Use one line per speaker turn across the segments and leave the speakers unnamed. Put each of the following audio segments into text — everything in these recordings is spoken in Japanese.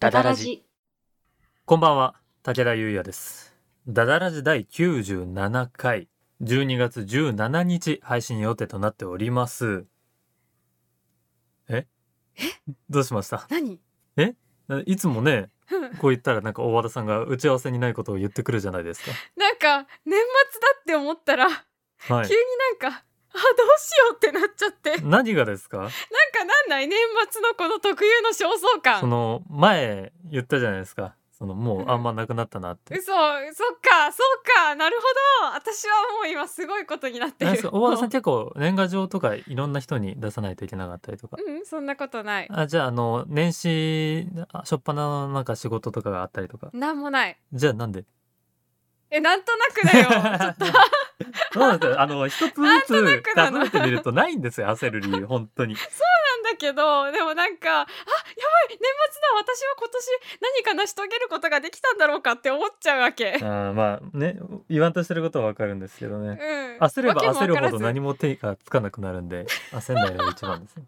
ダダラジ。
こんばんは、武田優也です。ダダラジ第97回、12月17日配信予定となっております。えどうしました
何
いつもね、
うん
こう言ったらなんか大和田さんが打ち合わせにないことを言ってくるじゃないです
なんか年末だって思ったら、
か。はい
急。になんかあどうしようってなっちゃってなんか
何がですか
なんない年末のこの特有の焦燥
そ
感
の前言ったじゃないですか。そのも
う
うんあんまなくなったなって。
嘘そっかそうかなるほど私はもう今すごいことになって
なん
る
ですか大和田さん結構年賀状とかいろんな人に出さないといけなかったりとか。
うんそんなことない
あじゃああの年始あ初っ端のなんか仕事とかがあったりとか
なんもない
じゃあなん で
えなんとなく だよちょっと
そうなんですよあの一つ
なんと
ず
な
つ
くな
数
の
えてみるとないんですよ焦る理 由本当に
なんだけどでもなんかあやばい年末だ私は今年何か成し遂げることができたんだろうかって思っちゃうわけ
あーまあね言わんとしてることはわかるんですけどね
うん
焦れば
わけも
焦
わ
る
から
ほ
ず
ど何も手がつかなくなるんで焦んないのが一番 ですね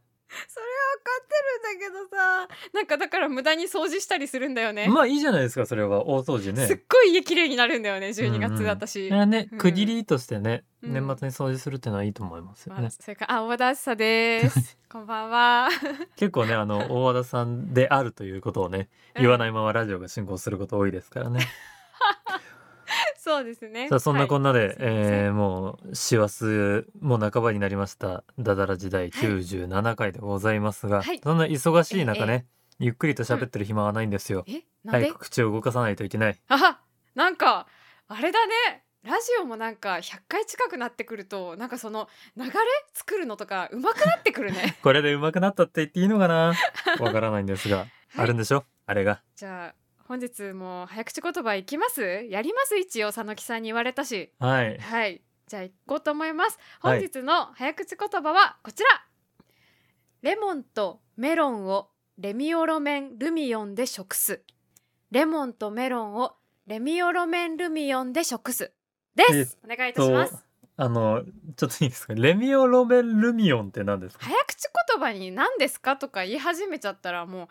それは分かってるんだけどさなんかだから無駄に掃除したりするんだよね、
まあいいじゃないですかそれは大掃除
すっ
ね
ごい家綺麗になるんだよね12
うん
月、
うん
私、
いやね
うん
区切りとしてね、
うん
年末に掃除するっていうのはいいと思いますよ
ま
ね
あ、それからあ大和田あずさです こんばんは
結構ねあ の大和田さんであるということをね言わないいままラジオが進行すること多いですからね
そうですね
さあそんなこんなで、
はいすいません
えーもう師走もう半ばになりましたダダラ時代97回でございますが、
はい
そんな忙しい中ね、ゆっくりと喋ってる暇はないんですよ、
はい、えなんで、
早く口を動かさないといけない
あなんかあれだねラジオもなんか100回近くなってくるとなんかその流れ作るのとか上手くなってくる ね
これで上手くなったって言っていいのか なわからないんですが、
はい
あるんでしょあれが
じゃあ本日も早口言葉いきますやります一応佐野木さんに言われたし
はい
はい、じゃあ行こうと思います。
は
本
い
日の早口言葉はこちら。レモンとメロンをレミオロメンルミオンで食す。レモンとメロンをレミオロメンルミオンで食す。です。お願いいたします。
あのちょっといいですかレミオロメンルミオンって何ですか
早口言葉に何ですかとか言い始めちゃったらもう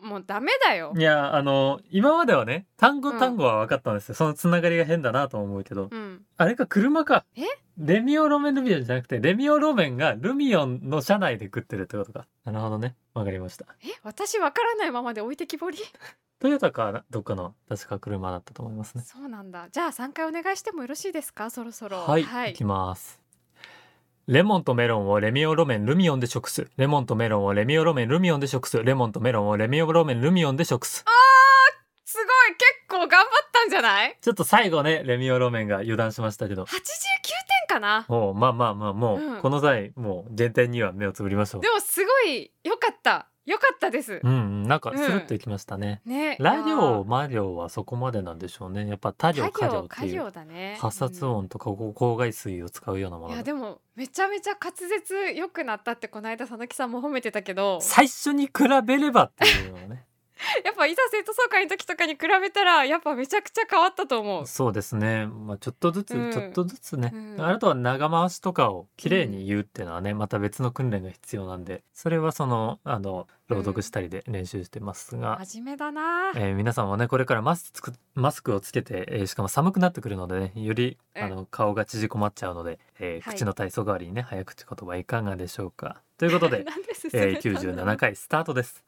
もうダメだよ
い。やあの今まではね単
う
語
ん
単語は分かったんですよ、そのつながりが変だなと思うけど、
うん。
あれか車か。
え
レミオロメンルミオンじゃなくて、レミオロメンがルミオンの車内で食ってるってことか。なるほどね。わかりました。
え、私わからないままで置いてき ぼり。
トヨタか、どっかの、確か車だったと思いますね。
そうなんだ。じゃあ三回お願いしてもよろしいですか。そろそろ。
はい、い、きます。レモンとメロンをレミオロメンルミオンで食す。レモンとメロンをレミオロメンルミオンで食す。レモンとメロンをレミオロメンルミオンで食す。
すごい結構頑張ったんじゃない
ちょっと最後ね、レミオロメンが油断しましたけど。
?89 点かな
もう、まあまあまあ、もう、
うん
この際、もう、減点には目をつぶりましょう
で。もすごい良かった良かったです
うん、うんなんか、スルッといきましたね。
ね
ラ行魔行はそこまでなんでしょうねやっぱ他行
家
家行
業
って
家
いう
業だね
発殺音とか公害水を使うような
う
も
んい
の
や
だ
でもめちゃめちゃ滑舌良くなったってこの間佐々木さんも褒めてたけど
最初に比べればっていうのは ね
やっぱいざ生徒総会の時とかに比べたらやっぱめちゃくちゃ変わったと思う
そうですねまあちょっとずつ、
うん
ちょっとずつね、
うん
あとは長回しとかをきれいに言うっていうのはねまた別の訓練が必要なんでそれはそのあの朗読したりで練習してますが、
真面目だな
えー皆さんもねこれからマスクマスクをつけて、えーしかも寒くなってくるのでねより
うん
あの顔が縮こまっちゃうので、えー
はい、
口の体操代わりにね早口言葉いかがでしょうかということで
なんで進
え
め
ー、
たんだろ
97
う
回スタートです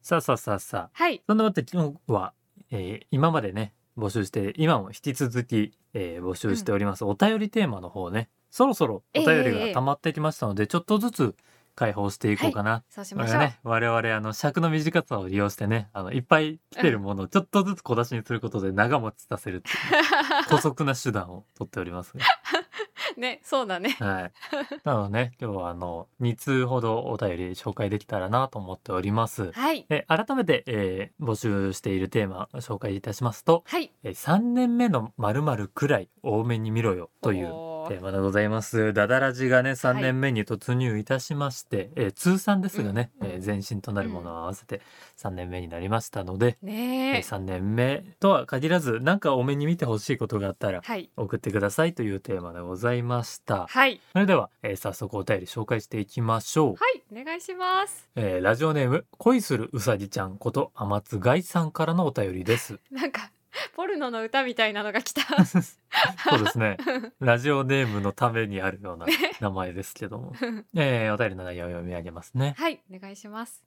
さあさあさあさあ
はい
そんなわけで今日は、えー今までね募集して今も引き続き、えー募集しております、お便りテーマの方ねそろそろお便り
えええ
が
え
溜まってきましたので、ちょっとずつ解放していこうかな、
そうし
こ
ま
れ
しょう、
はね我々あの尺の短さを利用してねあのいっぱい来てるものをちょっとずつ小出しにすることで長持ちさせるっていう 姑息な手段を取っておりますが、
ねそうだね
はい、なのでね今日はあの2通ほどお便り紹介できたらなと思っております。
はい
え改めて、えー募集しているテーマを紹介いたしますと
はい
「え3年目のまるくらい多めに見ろよ」という
おーよ
テーマでございます。ダダラジがね、3
い
年目に突入いたしまして、えー通算ですがね、
うんうん
えー前身となるものを合わせて3年目になりましたので、え
ねえ
3年目とは限らず、なんかお目に見てほしいことがあったら、
はい
送ってくださいというテーマでございました。
はい
それでは、えー早速お便り紹介していきましょう。
はいお願いします
えーラジオネーム、恋するうさぎちゃんこと、天津貝さんからのお便りです。
なんかポルノの歌みたいなのが 来た
そうですね。ラジオネームのためにあるような名前ですけども。えーお便りの内容を読み上げますね。
はいお願いします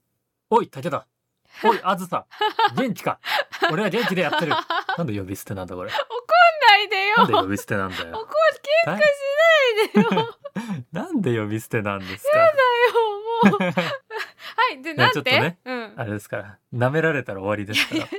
おい、武田。おい、あずさ。元気か。俺は元気でやってる。なんで呼び捨てなんだこれ。
ないでよ
なんで呼び捨てなんだ よ。
怒り喧嘩しないでよ
なんで呼び捨てなんです
だよもう
か。
はいで
ね
なん
ちょ
て、
っとね
うん
あれですから、舐められたら終わりですか
いや
ら。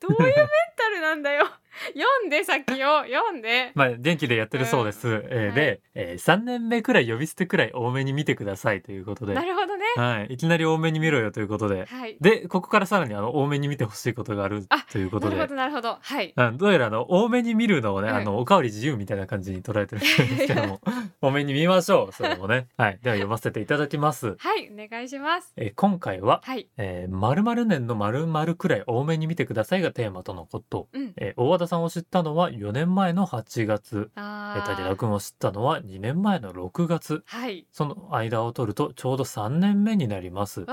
どういうメンタルなんだよ読んで先を読んで
まあ、元気でやってるそうです。えーで、えー、3年目くらい呼び捨てくらい多めに見てくださいということで
な、るほどね
はい、いきなり多めに見ろよということで、
はい
で、ここからさらにあの多めに見てほしいことがある
あ
というこ
な
と
る
で
ほ、どなるほどはい
うん、どうやらあの多めに見るのをね、
うん
あのおかわり自由みたいな感じに捉えてるみたいですけど も多めに見ましょうそれもねはいでは読ませていただきます
はいお願いします
えー今回は
はい
「えー、〇〇年の〇〇くらい多めに見てください」がテーマとのこと、
うん
えー大和田さんを知ったのは4年前の8月え
あ
ー
ー
武田君を知ったのは2年前の6月
はい
その間を取るとちょうど3年目になります
わ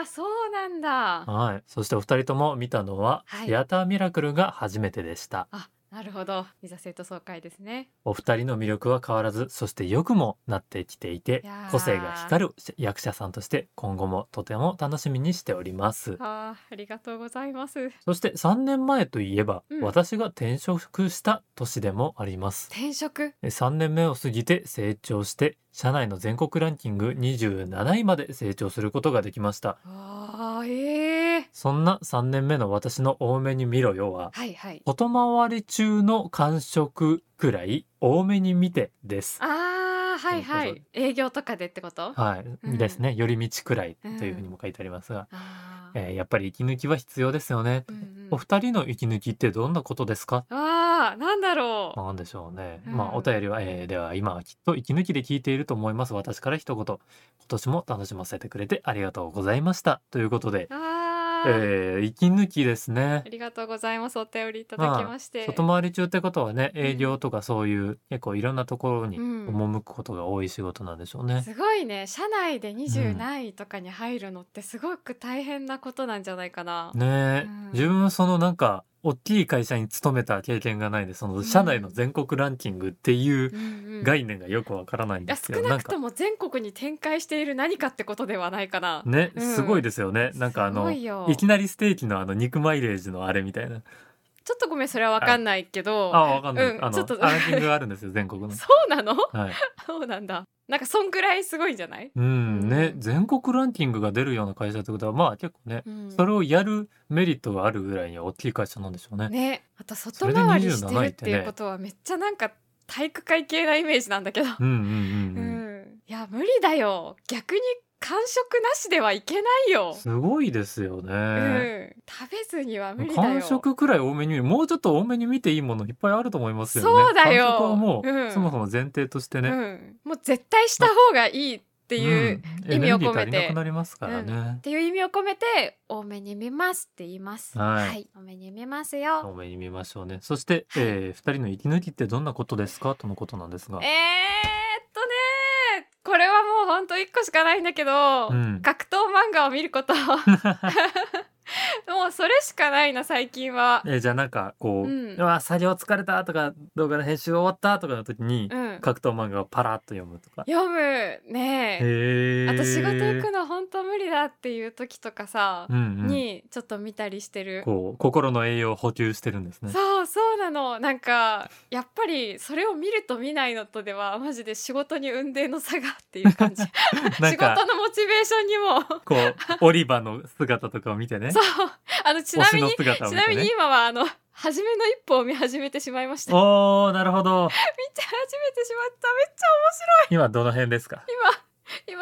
あそうなんだ
はいそしてお二人とも見たのは「
はい
シアターミラクル」が初めてでした
あなるほどいざ生徒総会ですね
お二人の魅力は変わらずそして良くもなってきていて
いやー
個性が光る役者さんとして今後もとても楽しみにしております
あーありがとうございます
そして3年前といえば、
うん
私が転職した年でもあります
転職
3年目を過ぎて成長して社内の全国ランキング27位まで成長することができました
あーえー、
そんな3年目の私の多めに見ろよは
はいはい
外回り中の感触くらい多めに見てです
あーはいは
という
い営業とかでってこと
はい、
うん
ですね寄り道くらいというふうにも書いてありますが、
あ
え
ー
ーやっぱり息抜きは必要ですよね、
うんうん
お二人の息抜きってどんなことですか
あーなんだろう
なんでしょうね、
うん
まあお便りは、えーでは今はきっと息抜きで聞いていると思います私から一言今年も楽しませてくれてありがとうございましたということで、
あ
えー
ー、
息抜きですね
ありがとうございますお便りいただきまして、
外回り中ってことはね営業とかそういう結構いろんなところに
うん
赴くことが多い仕事なんでしょうね、
すごいね社内で20何位とかに入るのってすごく大変なことなんじゃないかな、
ねえ、
うん
自分そのなんか大きい会社に勤めた経験がないんでその
ん
社内の全国ランキングっていう
うんうん
概念がよくわからないん
い
で
や
すけ
少
ど、な
なんく
か
とも全国に展開している何かってことではないかな、
ね
うん
すごいですよね、なんかあ
す
の
ご
い
いよ
きなりステーキのあの肉マイレージのあれみたいな
ちょっとごめんそれは分かんないけど
あわかんない、
うん
あの
ちょっと
ランキングがあるんですよ全国の。
そうなの
はい、
そうなんだなんかそんくらいすごいんじゃない、
うんね
うん
全国ランキングが出るような会社ってことはまあ結構ね、
うん
それをやるメリットがあるぐらいには大きい会社なんでしょうね。
ねまた
それ
外
で
回りして
27
る
位っ
ってて
ね
いうことはめっちゃなんか体育会系なイメージなんだけど、
うんうんうん
う
うん、
んいや無理だよ逆に完食なしではいけないよ、
すごいですよね。
うん、食べずには無理だよ
完食くらい多めに見るもうちょっと多めに見ていいものいっぱいあると思いますよね
そうだよ
完食はもう、
うん
そもそも前提としてね、
う
っ
ん、もう絶対した方がいいって
て
いう、っ意味
エネル
を込めて
ギー足りなくなりますからね、
ていう意味を込めて多めに見ますって言います
はい
多めに見ますよ
多めに見ましょうねそして、えー、2人の息抜きってどんなことですかとのことなんですが
えー、っとねこれはもうほんと1個しかないんだけど、
うん
格闘漫画を見る こともうそれしかないな最近は
えーじゃあなんかこう「
うん
うわ作業疲れた」とか「動画の編集終わった」とかの時に、
うん
格闘漫画をパラッと読むとか。
読むねえ
へー
あと仕事行くのほんと無理だっていう時とかさ、
うんうん、
にちょっと見たりしてる、
こう心の栄養を補給してるんですね。
そうそうなのなんかやっぱりそれを見ると見ないのとではマジで仕事に運命の差がっていう感じ
な
仕
ん
事
か
のモチベーションにも
こう、オリバーの姿とかを見てね。
そうあのちなみに、
推しの姿を
ち
見
な
て
みに
ね。
今はあの初めの一歩を見始めてしまいました見
おー、なるほど。
て始めてしまっためっちゃ
今どの辺ですか
面白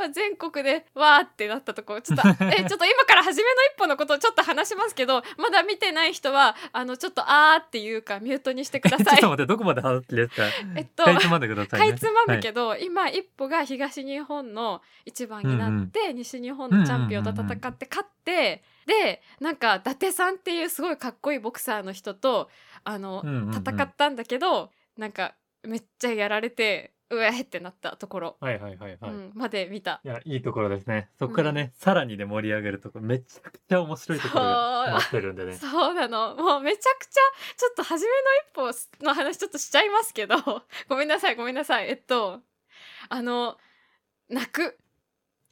今全国でわーってなったとこち ょっとえちょっと今から初めの一歩のことをちょっと話しますけどまだ見てない人はあのちょっとあーっていうかミュートにしてく だ
ちょ
さ
っ
い
と待って、どこまで話す気ですか
えっと
かいつまんでください、
か
ね。
いつまむけど、今一歩が東日本の一番になって、西日本のチャンピオンと戦って勝って、でなんか伊達さんっていうすごいかっこいいボクサーの人とあの、
うんうんうん
戦ったんだけどなんかめっちゃやられてうえってなったところ、
はいはいはいはい。
う
い
ん、まで見た。
や、いいところですね。そこからね、さらにね、盛り上げるところ、めちゃくちゃ面白いところが
そう
待ってるんでね。
そうなのもうめちゃくちゃちょっと初めの一歩の話ちょっとしちゃいますけど ごめんなさいごめんなさいえっとあの泣く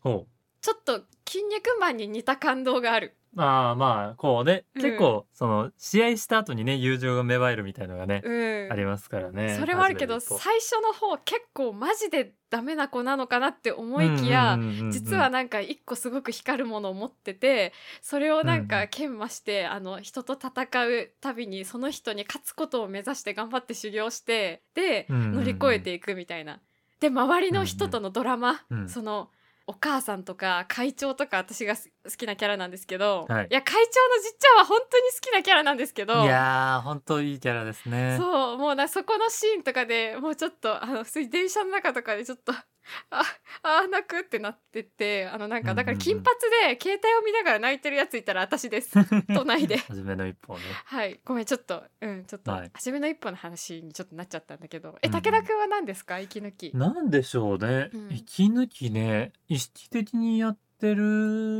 ほ
ちょっと筋肉マンに似た感動がある。
う。ああ、まあ、こうね、
うん
結構、その、試合した後にね、友情が芽生えるみたいのがね、
うん
あ。りますからね。
それはあるけど、
初めの一歩
最初の方結構マジでダメな子なのかなって思いきや、
うんうんうんうん
実はなんか一個すごく光るものを持ってて、それをなん
うんう
か
ん
研磨して、あの人と戦うたびにその人に勝つことを目指して頑張って修行して、で、
うんうんうん
乗り越えていくみたいな。で、周りの人とのドラマ、
うんうん
その、お母さんとか会長とか私がす好きなキャラなんですけど、
はい
いや会長のじっちゃんは本当に好きなキャラなんですけど
いやー、本当いいキャラですね。
そうもうなそこのシーンとかでもうちょっとあの普通に電車の中とかでちょっと ああー泣くってなっててあのなんかだか
うんうん
ら
う
金
ん
髪で携帯を見ながら泣いてるやついたら私です 都内で
初めの一歩をね。
はいごめんちょっとうんちょっと、
はい
初めの一歩の話にちょっとなっちゃったんだけど
う
え
んうん
武田くんは何ですか息抜き
なんでしょうね、
うん
息抜きね意識的にやって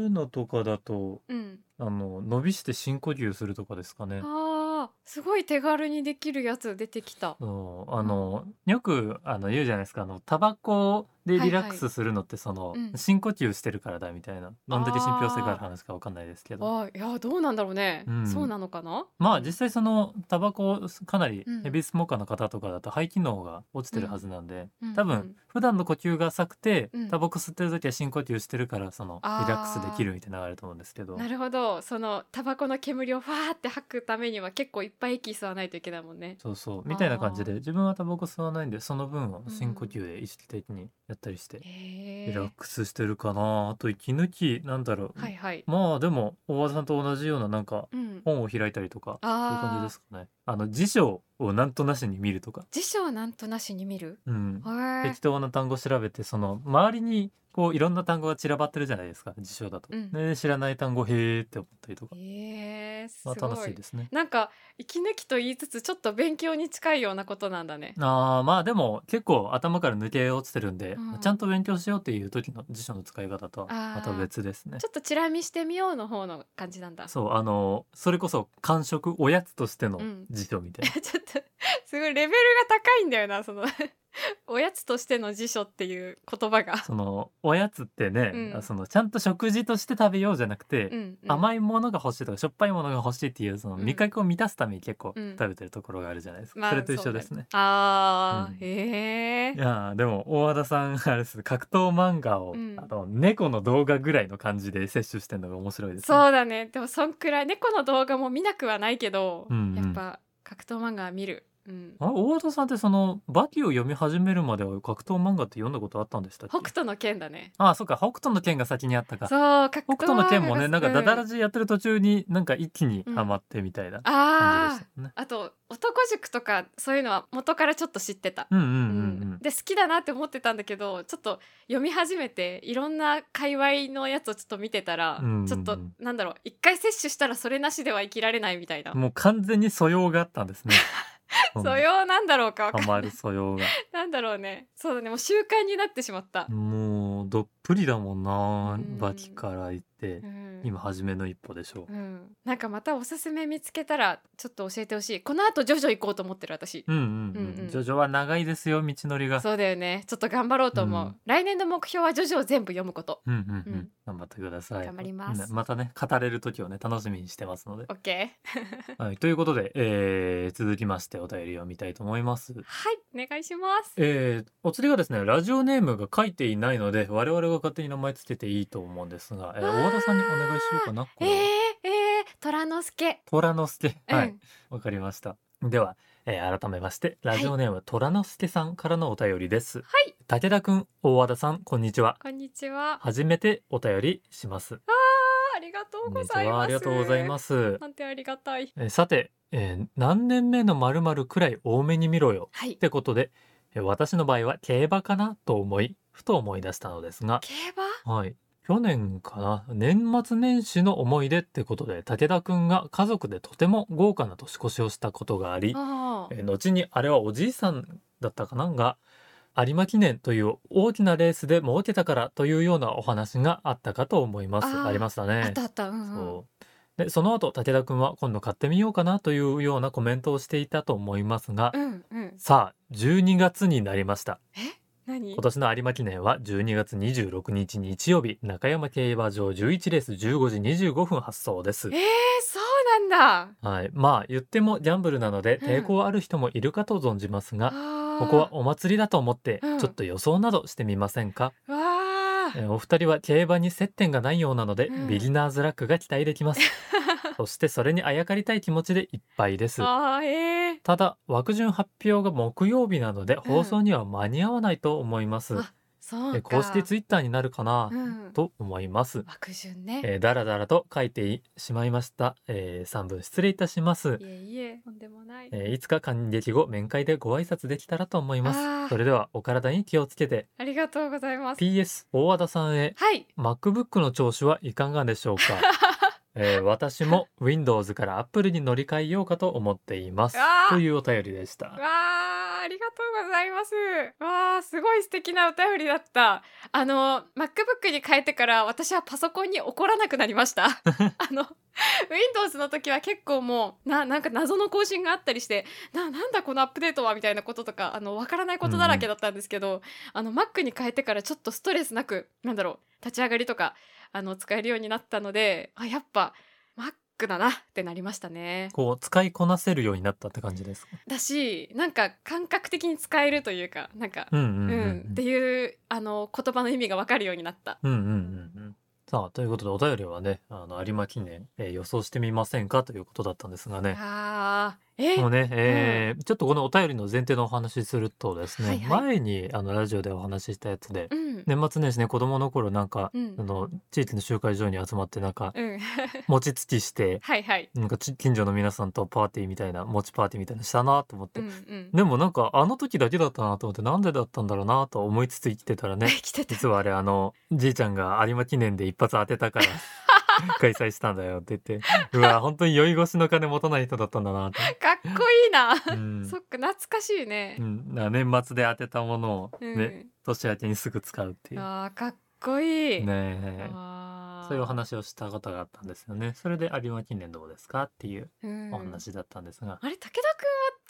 るのとかだと
うん
あの伸びして深呼吸するとかですかね。
あーすごい手軽にできるやつ出てきた
そうあのよくあの言うじゃないですかあのタバコでリラックスするのってその、
うん
深呼吸してるからだみたいなどんだけ信憑性がある話かわかんないですけど
あーいやどうなんだろうね、
うん
そうなのかな
まあ実際そのタバコかなり
うん
ヘビースモーカーの方とかだと肺機能が落ちてるはずなんで、
うん
多
うん
分普段の呼吸が浅くて、
うん
タバコ吸ってる時は深呼吸してるからそのリ
あー
ラックスできるみたいなのがあると思うんですけど
なるほどそのタバコの煙をファーって吐くためには結構いっぱい息吸わないといけないもんね
そうそうみたいな感じで自分はタバコ吸わないんでその分は深呼吸で意識的にやったりして
へ
リラッ
え
クスしてるかなあと息抜きなんだろう、
はいはい
まあでも大和さんと同じようななんか
うん
本を開いたりとかそういう感じ
あ
で
あ
すかねあの辞書をなんとなしに見るとか、
辞書をなんとなしに見る
うん、
へえ
適当な単語調べてその周りにこういろんな単語が散らばってるじゃないですか辞書だと、
うん
ね知らない単語へーって思ったりとか、
へえす
ま
ご
あ、
い
楽しいですね
なんか息抜きと言いつつちょっと勉強に近いようなことなんだね
あーまあでも結構頭から抜け落ちてるんで、
うん
ちゃんと勉強しようっていう時の辞書の使い方とは
あー
また別ですね
ちょっとチラ見してみようの方の感じなんだ ちょ
そうあのそれこそ間食おやつとしての
うん
辞書みたいな、
っとすごいレベルが高いんだよなその おやつとしての辞書っていう言葉が、
そのおやつってね、
うん
そのちゃんと食事として食べようじゃなくて、
うんうん、
甘いものが欲しいとかしょっぱいものが欲しいっていうその
うん
味覚を満たすために結構
うん
食べてるところがあるじゃないですか、
まあ
それと一緒ですね。
そうだああ、
うん
へえ
いやーでも大和田さんあれです格闘漫画を、
うん
あの猫の動画ぐらいの感じで摂取してるのが面白いですね。
そうだねでもそんくらい猫の動画も見なくはないけど、
うんうん
やっぱ格闘漫画は見る、うん、
あ大和田さんってその「バキ」を読み始めるまでは格闘漫画って読んだことあったんでしたっけ
北斗の剣だね
ああそっか北斗の剣が先にあったか
そう格闘
北斗の剣もね
漫
な
画
んかダダラ
うん
ジやってる途中になんか一気にハマってみたいな感じ
あ
で
ー
したね。
あと男塾とかそういうのは元からちょっと知ってた、
うんうんうんうん。
で好きだなって思ってたんだけどちょっと読み始めていろんな界隈のやつをちょっと見てたら、
うんうんうん
ちょっとなんだろう一回摂取したらそれなしでは生きられないみたいな、
もう完全に素養があったんです ね。
素養なんだろうかわか
ハ
ん
マる素養が。
なんだろうねそうだねもう習慣になってしまった、
もうどっぷりだもんな
うん。
バキから行って
う、ん
今初めの一歩でしょ
うん、なんかまたおすすめ見つけたらちょっと教えてほしいこの後ジョジョ行こうと思ってる私、
う。うんうん
うんう
うんん。ジョジョは長いですよ道のりが。
そうだよねちょっと頑張ろうと思う、
うん
来年の目標はジョジョを全部読むこと
うんうんう
うん
ん。頑張ってください。
頑張ります
うんまたね語れる時をね楽しみにしてますので。
オッケー
はいということでえー続きましてお便りを見たいと思います。
はいお願いします
えー、お釣りがですねラジオネームが書いていないので我々が勝手に名前つけていいと思うんですが、えー
わー
大和田さんにお願いしようかなこ
えー、
れは
えー、虎之助
虎之助
うん、
はいわ、かりましたでは、えー改めましてラジオネーム、虎之助さんからのお便りです
はい
武田くん大和田さんこんにちは
こんにちはあ
初めてお便りします
ありがと
こ
うんご
にち
ざいます
はありがとうございますす
なんてありがたい
えーさて、えー何年目の〇〇くらい多めに見ろよ
はい
ってことでえー私の場合は競馬かなと思いふと思い出したのですが
競馬
はい。去年かな年末年始の思い出ってことで武田くんが家族でとても豪華な年越しをしたことがあり
あ
えー後にあれはおじいさんだったかなが有馬記念という大きなレースで儲けたからというようなお話があったかと思います
あー
ありました
あ、
ね
あったあったうんうん
そうでその後武田くんは今度買ってみようかなというようなコメントをしていたと思いますが、
うんうん
さあ12月になりました
何
今年の有馬記念は12月26日日曜日中山競馬場11レース15時25分発送です
えー、そうなんだ
はい、まあ言ってもギャンブルなので
うん
抵抗ある人もいるかと存じますが、
あ
ここはお祭りだと思って
うん
ちょっと予想などしてみませんか、
はわ
えーお二人は競馬に接点がないようなので、
うん
ビギナーズラックが期待できます そしてそれにあやかりたい気持ちでいっぱいです
ああーえ
ただ枠順発表が木曜日なので放送には間に合わないと思います、
あそう
えー
か
公式ツイッターになるかな、
うん
と思います、
枠順ね、
えー、だらだらと書いてしまいました、えー、3分失礼いたします
いえいえとんでもない、
えーいつか感激後面会でご挨拶できたらと思いま
あ
す
ー
それではお体に気をつけて
ありがとうございます
PS 大和田さんへ
はい
MacBook の調子はいかがでしょ うか、えー私も Windows から Apple に乗り換えようかと思っています
あー
というお便りでし
わ
た
あありがとうございますわあすごい素敵なお便りだったあの MacBook に変えてから私はパソコンに怒らなくなりました あの Windows の時は結構もうななんか謎の更新があったりしてななんだこのアップデートはみたいなこととかあのわからないことだらけだったんですけど、あの Mac に変えてからちょっとストレスなくなんだろう立ち上がりとかあの使えるようになったのであやっぱ Mac だなってなりましたね。
こう使いこなせるようになったって感じですか
だしなんか感覚的に使えるというかなんか、
うんう
うんん
うん
っていうあの言葉の意味が分かるようになった。
うんうんうんうんさあということでお便りはねあの有馬記念、えー予想してみませんかということだったんですがね
あーえ
もうね、えーちょっとこのお便りの前提のお話しするとですね、
はいはい
前にあのラジオでお話ししたやつで、
うん、
年末年始ね子供の頃なんか、
うん
あの地域の集会所に集まってなんか、
うん、
餅つきして
はいはい。
なんかち近所の皆さんとパーティーみたいな餅パーティーみたいなのしたなと思って、
うんうん、
でもなんかあの時だけだったなと思ってなんでだったんだろうなと思いつつ生きてたらね
来てた。
実はあれあのじいちゃんが有馬記念で一発当てたから 開催したんだよって言ってうわ本当に酔い越しの金持たない人だったんだ なって。
かっこいいな。
うん
そっか懐かしいね
う。ん、な年末で当てたものを
う
ね、
ん。
年明けにすぐ使うっていう
あーかっこいい。
ねえ
あー
そういうお。話をしたことがあったんですよねそれで有馬記念どうですかっていう
うん、
お話だったんですが、
あれ武田君は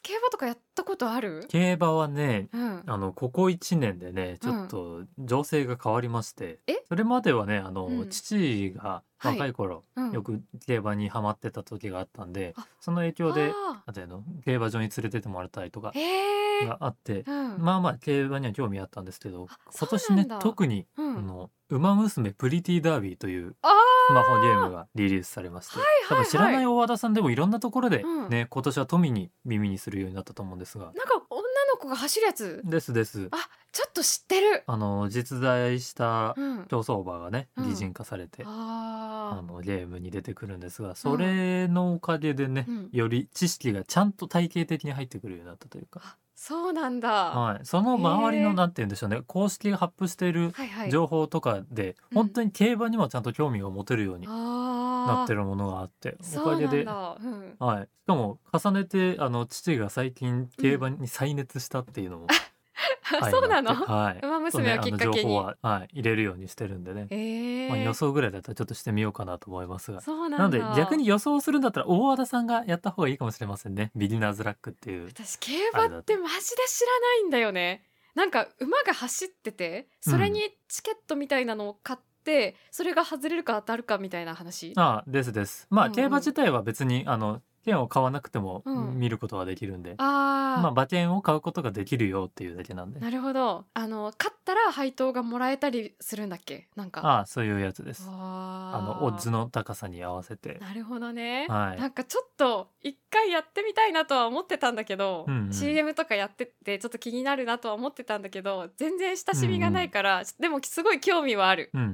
競馬とかやったことある？
競馬はね
うん。
あのここ1年でねちょっと情勢が変わりまして、
え
それまではねあの、
うん
父が若い頃、
うん、
よく競馬にハマってた時があったんで、
あ
その影響で
あ
なんていうの競馬場に連れてってもらったりとか
ー。ええー。
があって、
うん。
まあまあ競馬には興味あったんですけど
あ
今
そう
年
な
ね
んだ
特に
うん、
あの「ウマ娘プリティダービー」という
あ
スマホゲームがリリースされまして、
はいはい
多分知らない大和田さんでもいろんなところで、
うん
ね今年は富に耳にするようになったと思うんですが
なんか女の子が走るやつ。
ですです
あ、ちょっと知ってる。
あの実在した
うん。
競走馬がね
うん
擬人化されて、あ
あ
のゲームに出てくるんですがそれのおかげでね、
うん
より知識がちゃんと体系的に入ってくるようになったという
あ。
か、
あ、そうなんだ。
はい、その周り
へ
の
ー
なんて言うんでしょうね公式が発布している
はいはい。
情報とかで、
うん
本当に競馬にもちゃんと興味を持てるように
ああ。
なってるものがあってお
そ
か
う
げ
なん
で、
だ。うん。
はい、しかも重ねてあの父が最近競馬に再熱したっていうのも、相まっ
そう
て
なの。
はい
馬娘をきっか
そうねあの
け
情報
に。
は、はい、入れるようにしてるんでね、
ええ
まあ、予想ぐらいだったらちょっとしてみようかなと思いますが。
そう
な
な
の
んだ。
で逆に。予想するんだったら大和田さんがやった方がいいかもしれませんねビギナーズラックっていう
私競馬ってマジで知らないんだよね。なんか馬が走ってて、それにチケットみたいなのを買って、それが外れるか当たるかみたいな話。
ああですですまあ、
うんうん
競馬自体は別にあの券を買わなくても
うん
見ることができるんで、
あー、
まあ馬券を買うことができるよっていうだけなんで
なるほどあの勝ったら配当がもらえたりするんだっけなんか
ああそういうやつですあ
あ
のオッズ
の
の高さに合わせて
なるほどね、
はい
なんかちょっと一回やってみたいなとは思ってたんだけど、
うんうん
CM とかやっててちょっと気になるなとは思ってたんだけど全然親しみがないから、でもすごい興味はある、
うんう
うん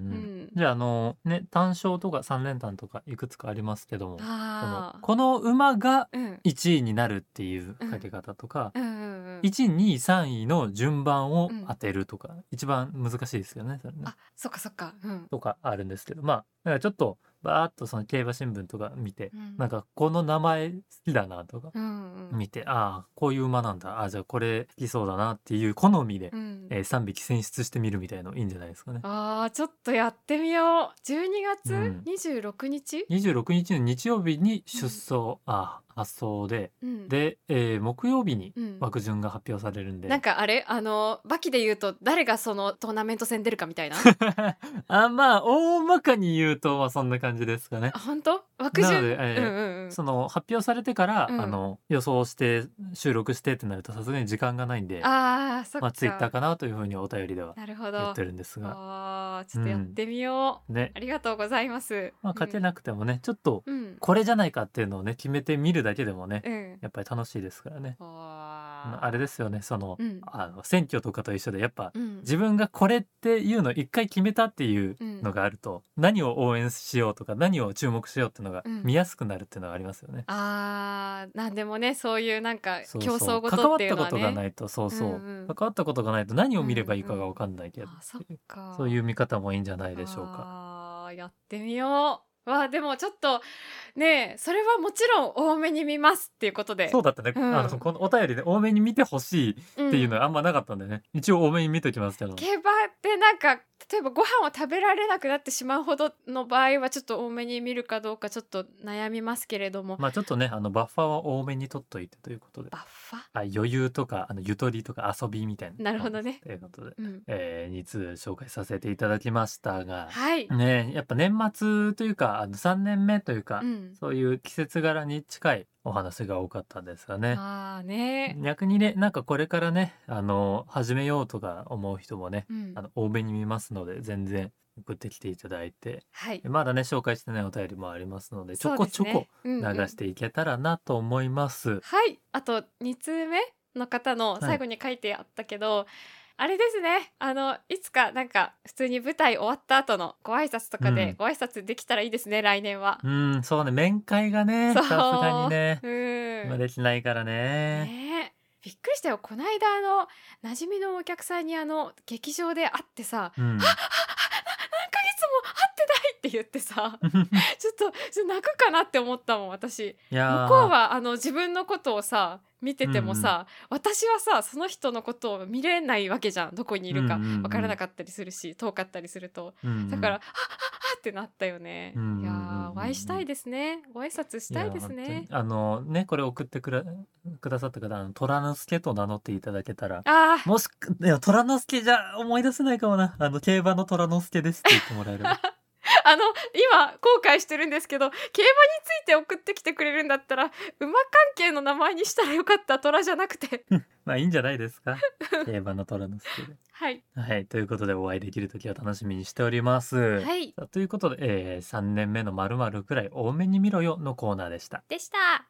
ん、じゃああのね単勝とか三連単とかいくつかありますけどもその
ああ
この馬が
うん
1位になるっていうかけ方とか、
うんうんうん
1位2位3位の順番を
うん
当てるとか、一番難しいですよねそれね
あそっかそっかうん
とかあるんですけどまあだからちょっとバーッとその競馬新聞とか見て、
うん
なんかこの名前好きだなとか
うんうん
見て、ああこういう馬なんだあーじゃあこれ好きそうだなっていう好みで、
うん
えー3匹選出してみるみたいのいいんじゃないですかね。
あーちょっとやってみよう12月
うん
26日、
26日の日曜日に出走、あー発送で
うん
で、えー木曜日に
うん
枠順が発表されるんで、
なんかあれあのバキで言うと誰がそのトーナメント戦出るかみた いな
あまあ大まかに言うとまあそんな感じですかね
あ。本当枠
なので
順、
えー
うんうんうん
その発表されてから、
うん
あの予想して収録してってなるとさすがに時間がないんで
あーそっか、
まあツイッターかなというふうにお便りでは
なるほ
言
ど
ってるんですが
あーちょっとやってみよう、
ね
ありがとうございます
まあ勝てなくてもねちょっと
うんうん、
これじゃないかっていうのをね決めてみるだけでもね
うん
やっぱり楽しいですからね
あ
あれ
で
ですよねその
うん
あの選挙とかと一緒でやっぱ
うん
自分がこれっていうのを一回決めたっていうのがあると何を応援しようとか何を注目しようっていうのが
うん
見やすくなるっていうのがありますよね。
あーなんでもねそういうなんか
そう
競
そ
争
う
ごとっていう
関
の
わっ
は
たことがな
ね
いとそうそう、
うんうん
関わったことがないと何を見ればいいかが分かんないけど、
あそっか
そういう見方もいいんじゃないでしょうか。
あーやってみよう。わあでもちょっとねえそれはもちろん多めに見ますっていうことで。
そうだったね、
うん
あのこのお便りで多めに見てほしい
うん
っていうのはあんまなかったんでね、一応多めに見ておきますけど
競馬でなんか例えばご飯を食べられなくなってしまうほどの場合はちょっと多めに見るかどうかちょっと悩みますけれども、
まあちょっとねあのバッファーは多めに取っといてということで
バッファ
あ余裕とかあのゆとりとか遊びみたいな
なるほどね
ということで、
うん、
えー、2通紹介させていただきましたが、
はい、
ねやっぱ年末というかあの3年目というか、
うん、
そういう季節柄に近いお話が多かったんですがね。
ああね、
逆にねなんかこれからねあの始めようとか思う人もね
うん
あ、の多めに見ますので全然送ってきていただいて
はい、
まだね紹介してないお便りもありますのでちょこちょこ
流
流していけたらなと思います。
はい、あと2通目の方の最後に書いてあったけど、あれですねあのいつかなんか普通に舞台終わった後のご挨拶とか
う
で
ん
ご挨拶できたらいいですね、来年は。
うんそうね面会がね
そ
さ
う
すがにね
う
今
んね
できないからね。
えびっくりしたよこないだあの馴染みのお客さんにあの劇場で会ってさ
うん、
「何ヶ月も会ってない!」って言ってさ ちょっとちょっと泣くかなって思ったもん私。
いや
向こうはあの自分のことをさ見ててもさ、私はさその人のことを見れないわけじゃんどこにいるか
うんうんうん
分からなかったりするし遠かったりするとだ
だ
から「あああってなったよね、
うんうんうんうん
いやーお会いしたいですねご挨拶したいです
や本
ね
当にあのねこれ送ってくらくださった方あの虎之助と名乗っていただけたら
あー
もしくいや虎之助じゃ思い出せないかもなあの競馬の虎之助ですって言ってもらえれ ば
あの今後悔してるんですけど競馬について送ってきてくれるんだったら馬関係の名前にしたらよかった虎じゃなくて
まあいいんじゃないですか競馬の虎之助で。
はい、
はいということでお会いできる時は楽しみにしております。
はい
さあということで、えー、3年目のまるくらい多めに見ろよのコーナーでした。
でした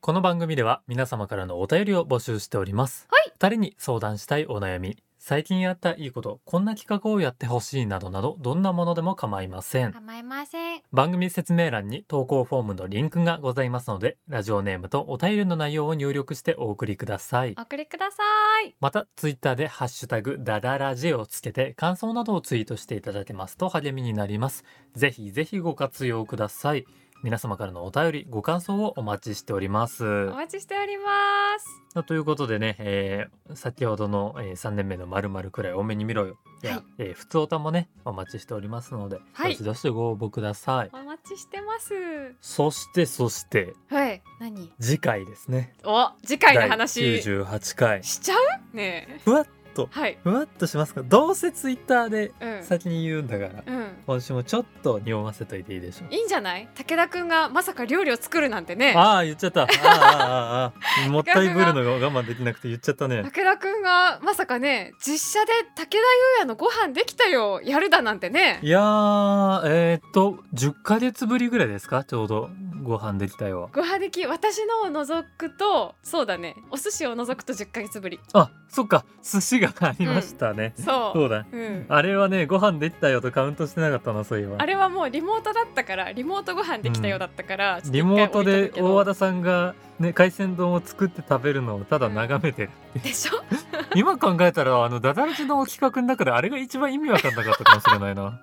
この番組では皆様からのお便りを募集しております。
はい
二人に相談したいお悩み、最近あったいいこと、こんな企画をやってほしいなどなど、どんなものでも構いません。
構いません
番組説明欄に投稿フォームのリンクがございますので、ラジオネームとお便りの内容を入力してお送りください。
お送りください
また、ツイッターでハッシュタグ、ダダラジをつけて、感想などをツイートしていただけますと励みになります。ぜひぜひご活用ください。皆様からのお便り、ご感想をお待ちしております。
お待ちしております
まあということでね、えー先ほどの、えー3年目のまるくらい多めに見ろよ。や、
はい
えー普通おたもね、お待ちしておりますので、
はい
どしどしご応募ください。
お待ちしてます。
そして、そして、
はい。何？
次回ですね。
お次回の
第
話
98回。
しちゃう？ねえ。
ふわっと
はい。
ふわっとしますかどうせツイッターで
うん。
先に言うんだから、
うん。
今週もちょっと匂わせといていいでしょう
いいんじゃない武田くんがまさか料理を作るなんてね。
ああ言っちゃったあーあーあーあ ーもったいぶるのが我慢できなくて言っちゃったね
武田くんがまさかね、実写で武田優也のご飯できたよ、やるだなんてね。
いやーえー、っと10ヶ月ぶりぐらいですかちょうどご飯できたよ
ごはでき、私のを除くと、そうだね。お寿司を除くと10ヶ月ぶり。
あそっか寿司がありましたね、
そ
そうだ
う。うん。
あれはねご飯できたよとカウントしてなかったなそういえば
あれはもうリモートだったから、リモートご飯できたよだったから、ちょっと
リ
一
モ
回
ート
置い
で
とくけど
大和田さんが、ね、海鮮丼を作って食べるのをただ眺めてる、
でしょ
今考えたらあのダダラジの企画の中であれが一番意味わかんなかったかもしれないな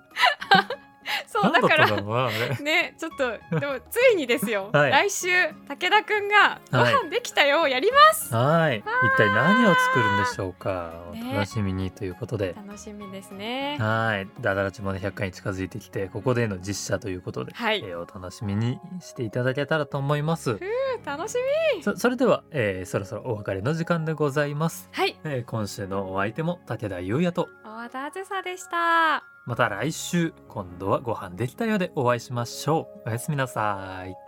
そう
何
だ
だっ
か
たん
ら
だろうなあれ
ねちょっ とでもついにですよ、
はい
来週武田くんが「ご
はい
飯できたよ」やりま
はい一体何を作るんでしょうかお
ね、
楽しみにということです
楽しみですね
はいダダラジもね100回に近づいてきてここでの実写ということで、
はい、
えーお楽しみにしていただけたらと思います
楽しみ
そそれでは、えーそろそろお別れの時間でございます、
はい
えー今週のお相手も武田優也と
大和田あずさでした
また来週今度はご飯できたようでお会いしましょうおやすみなさい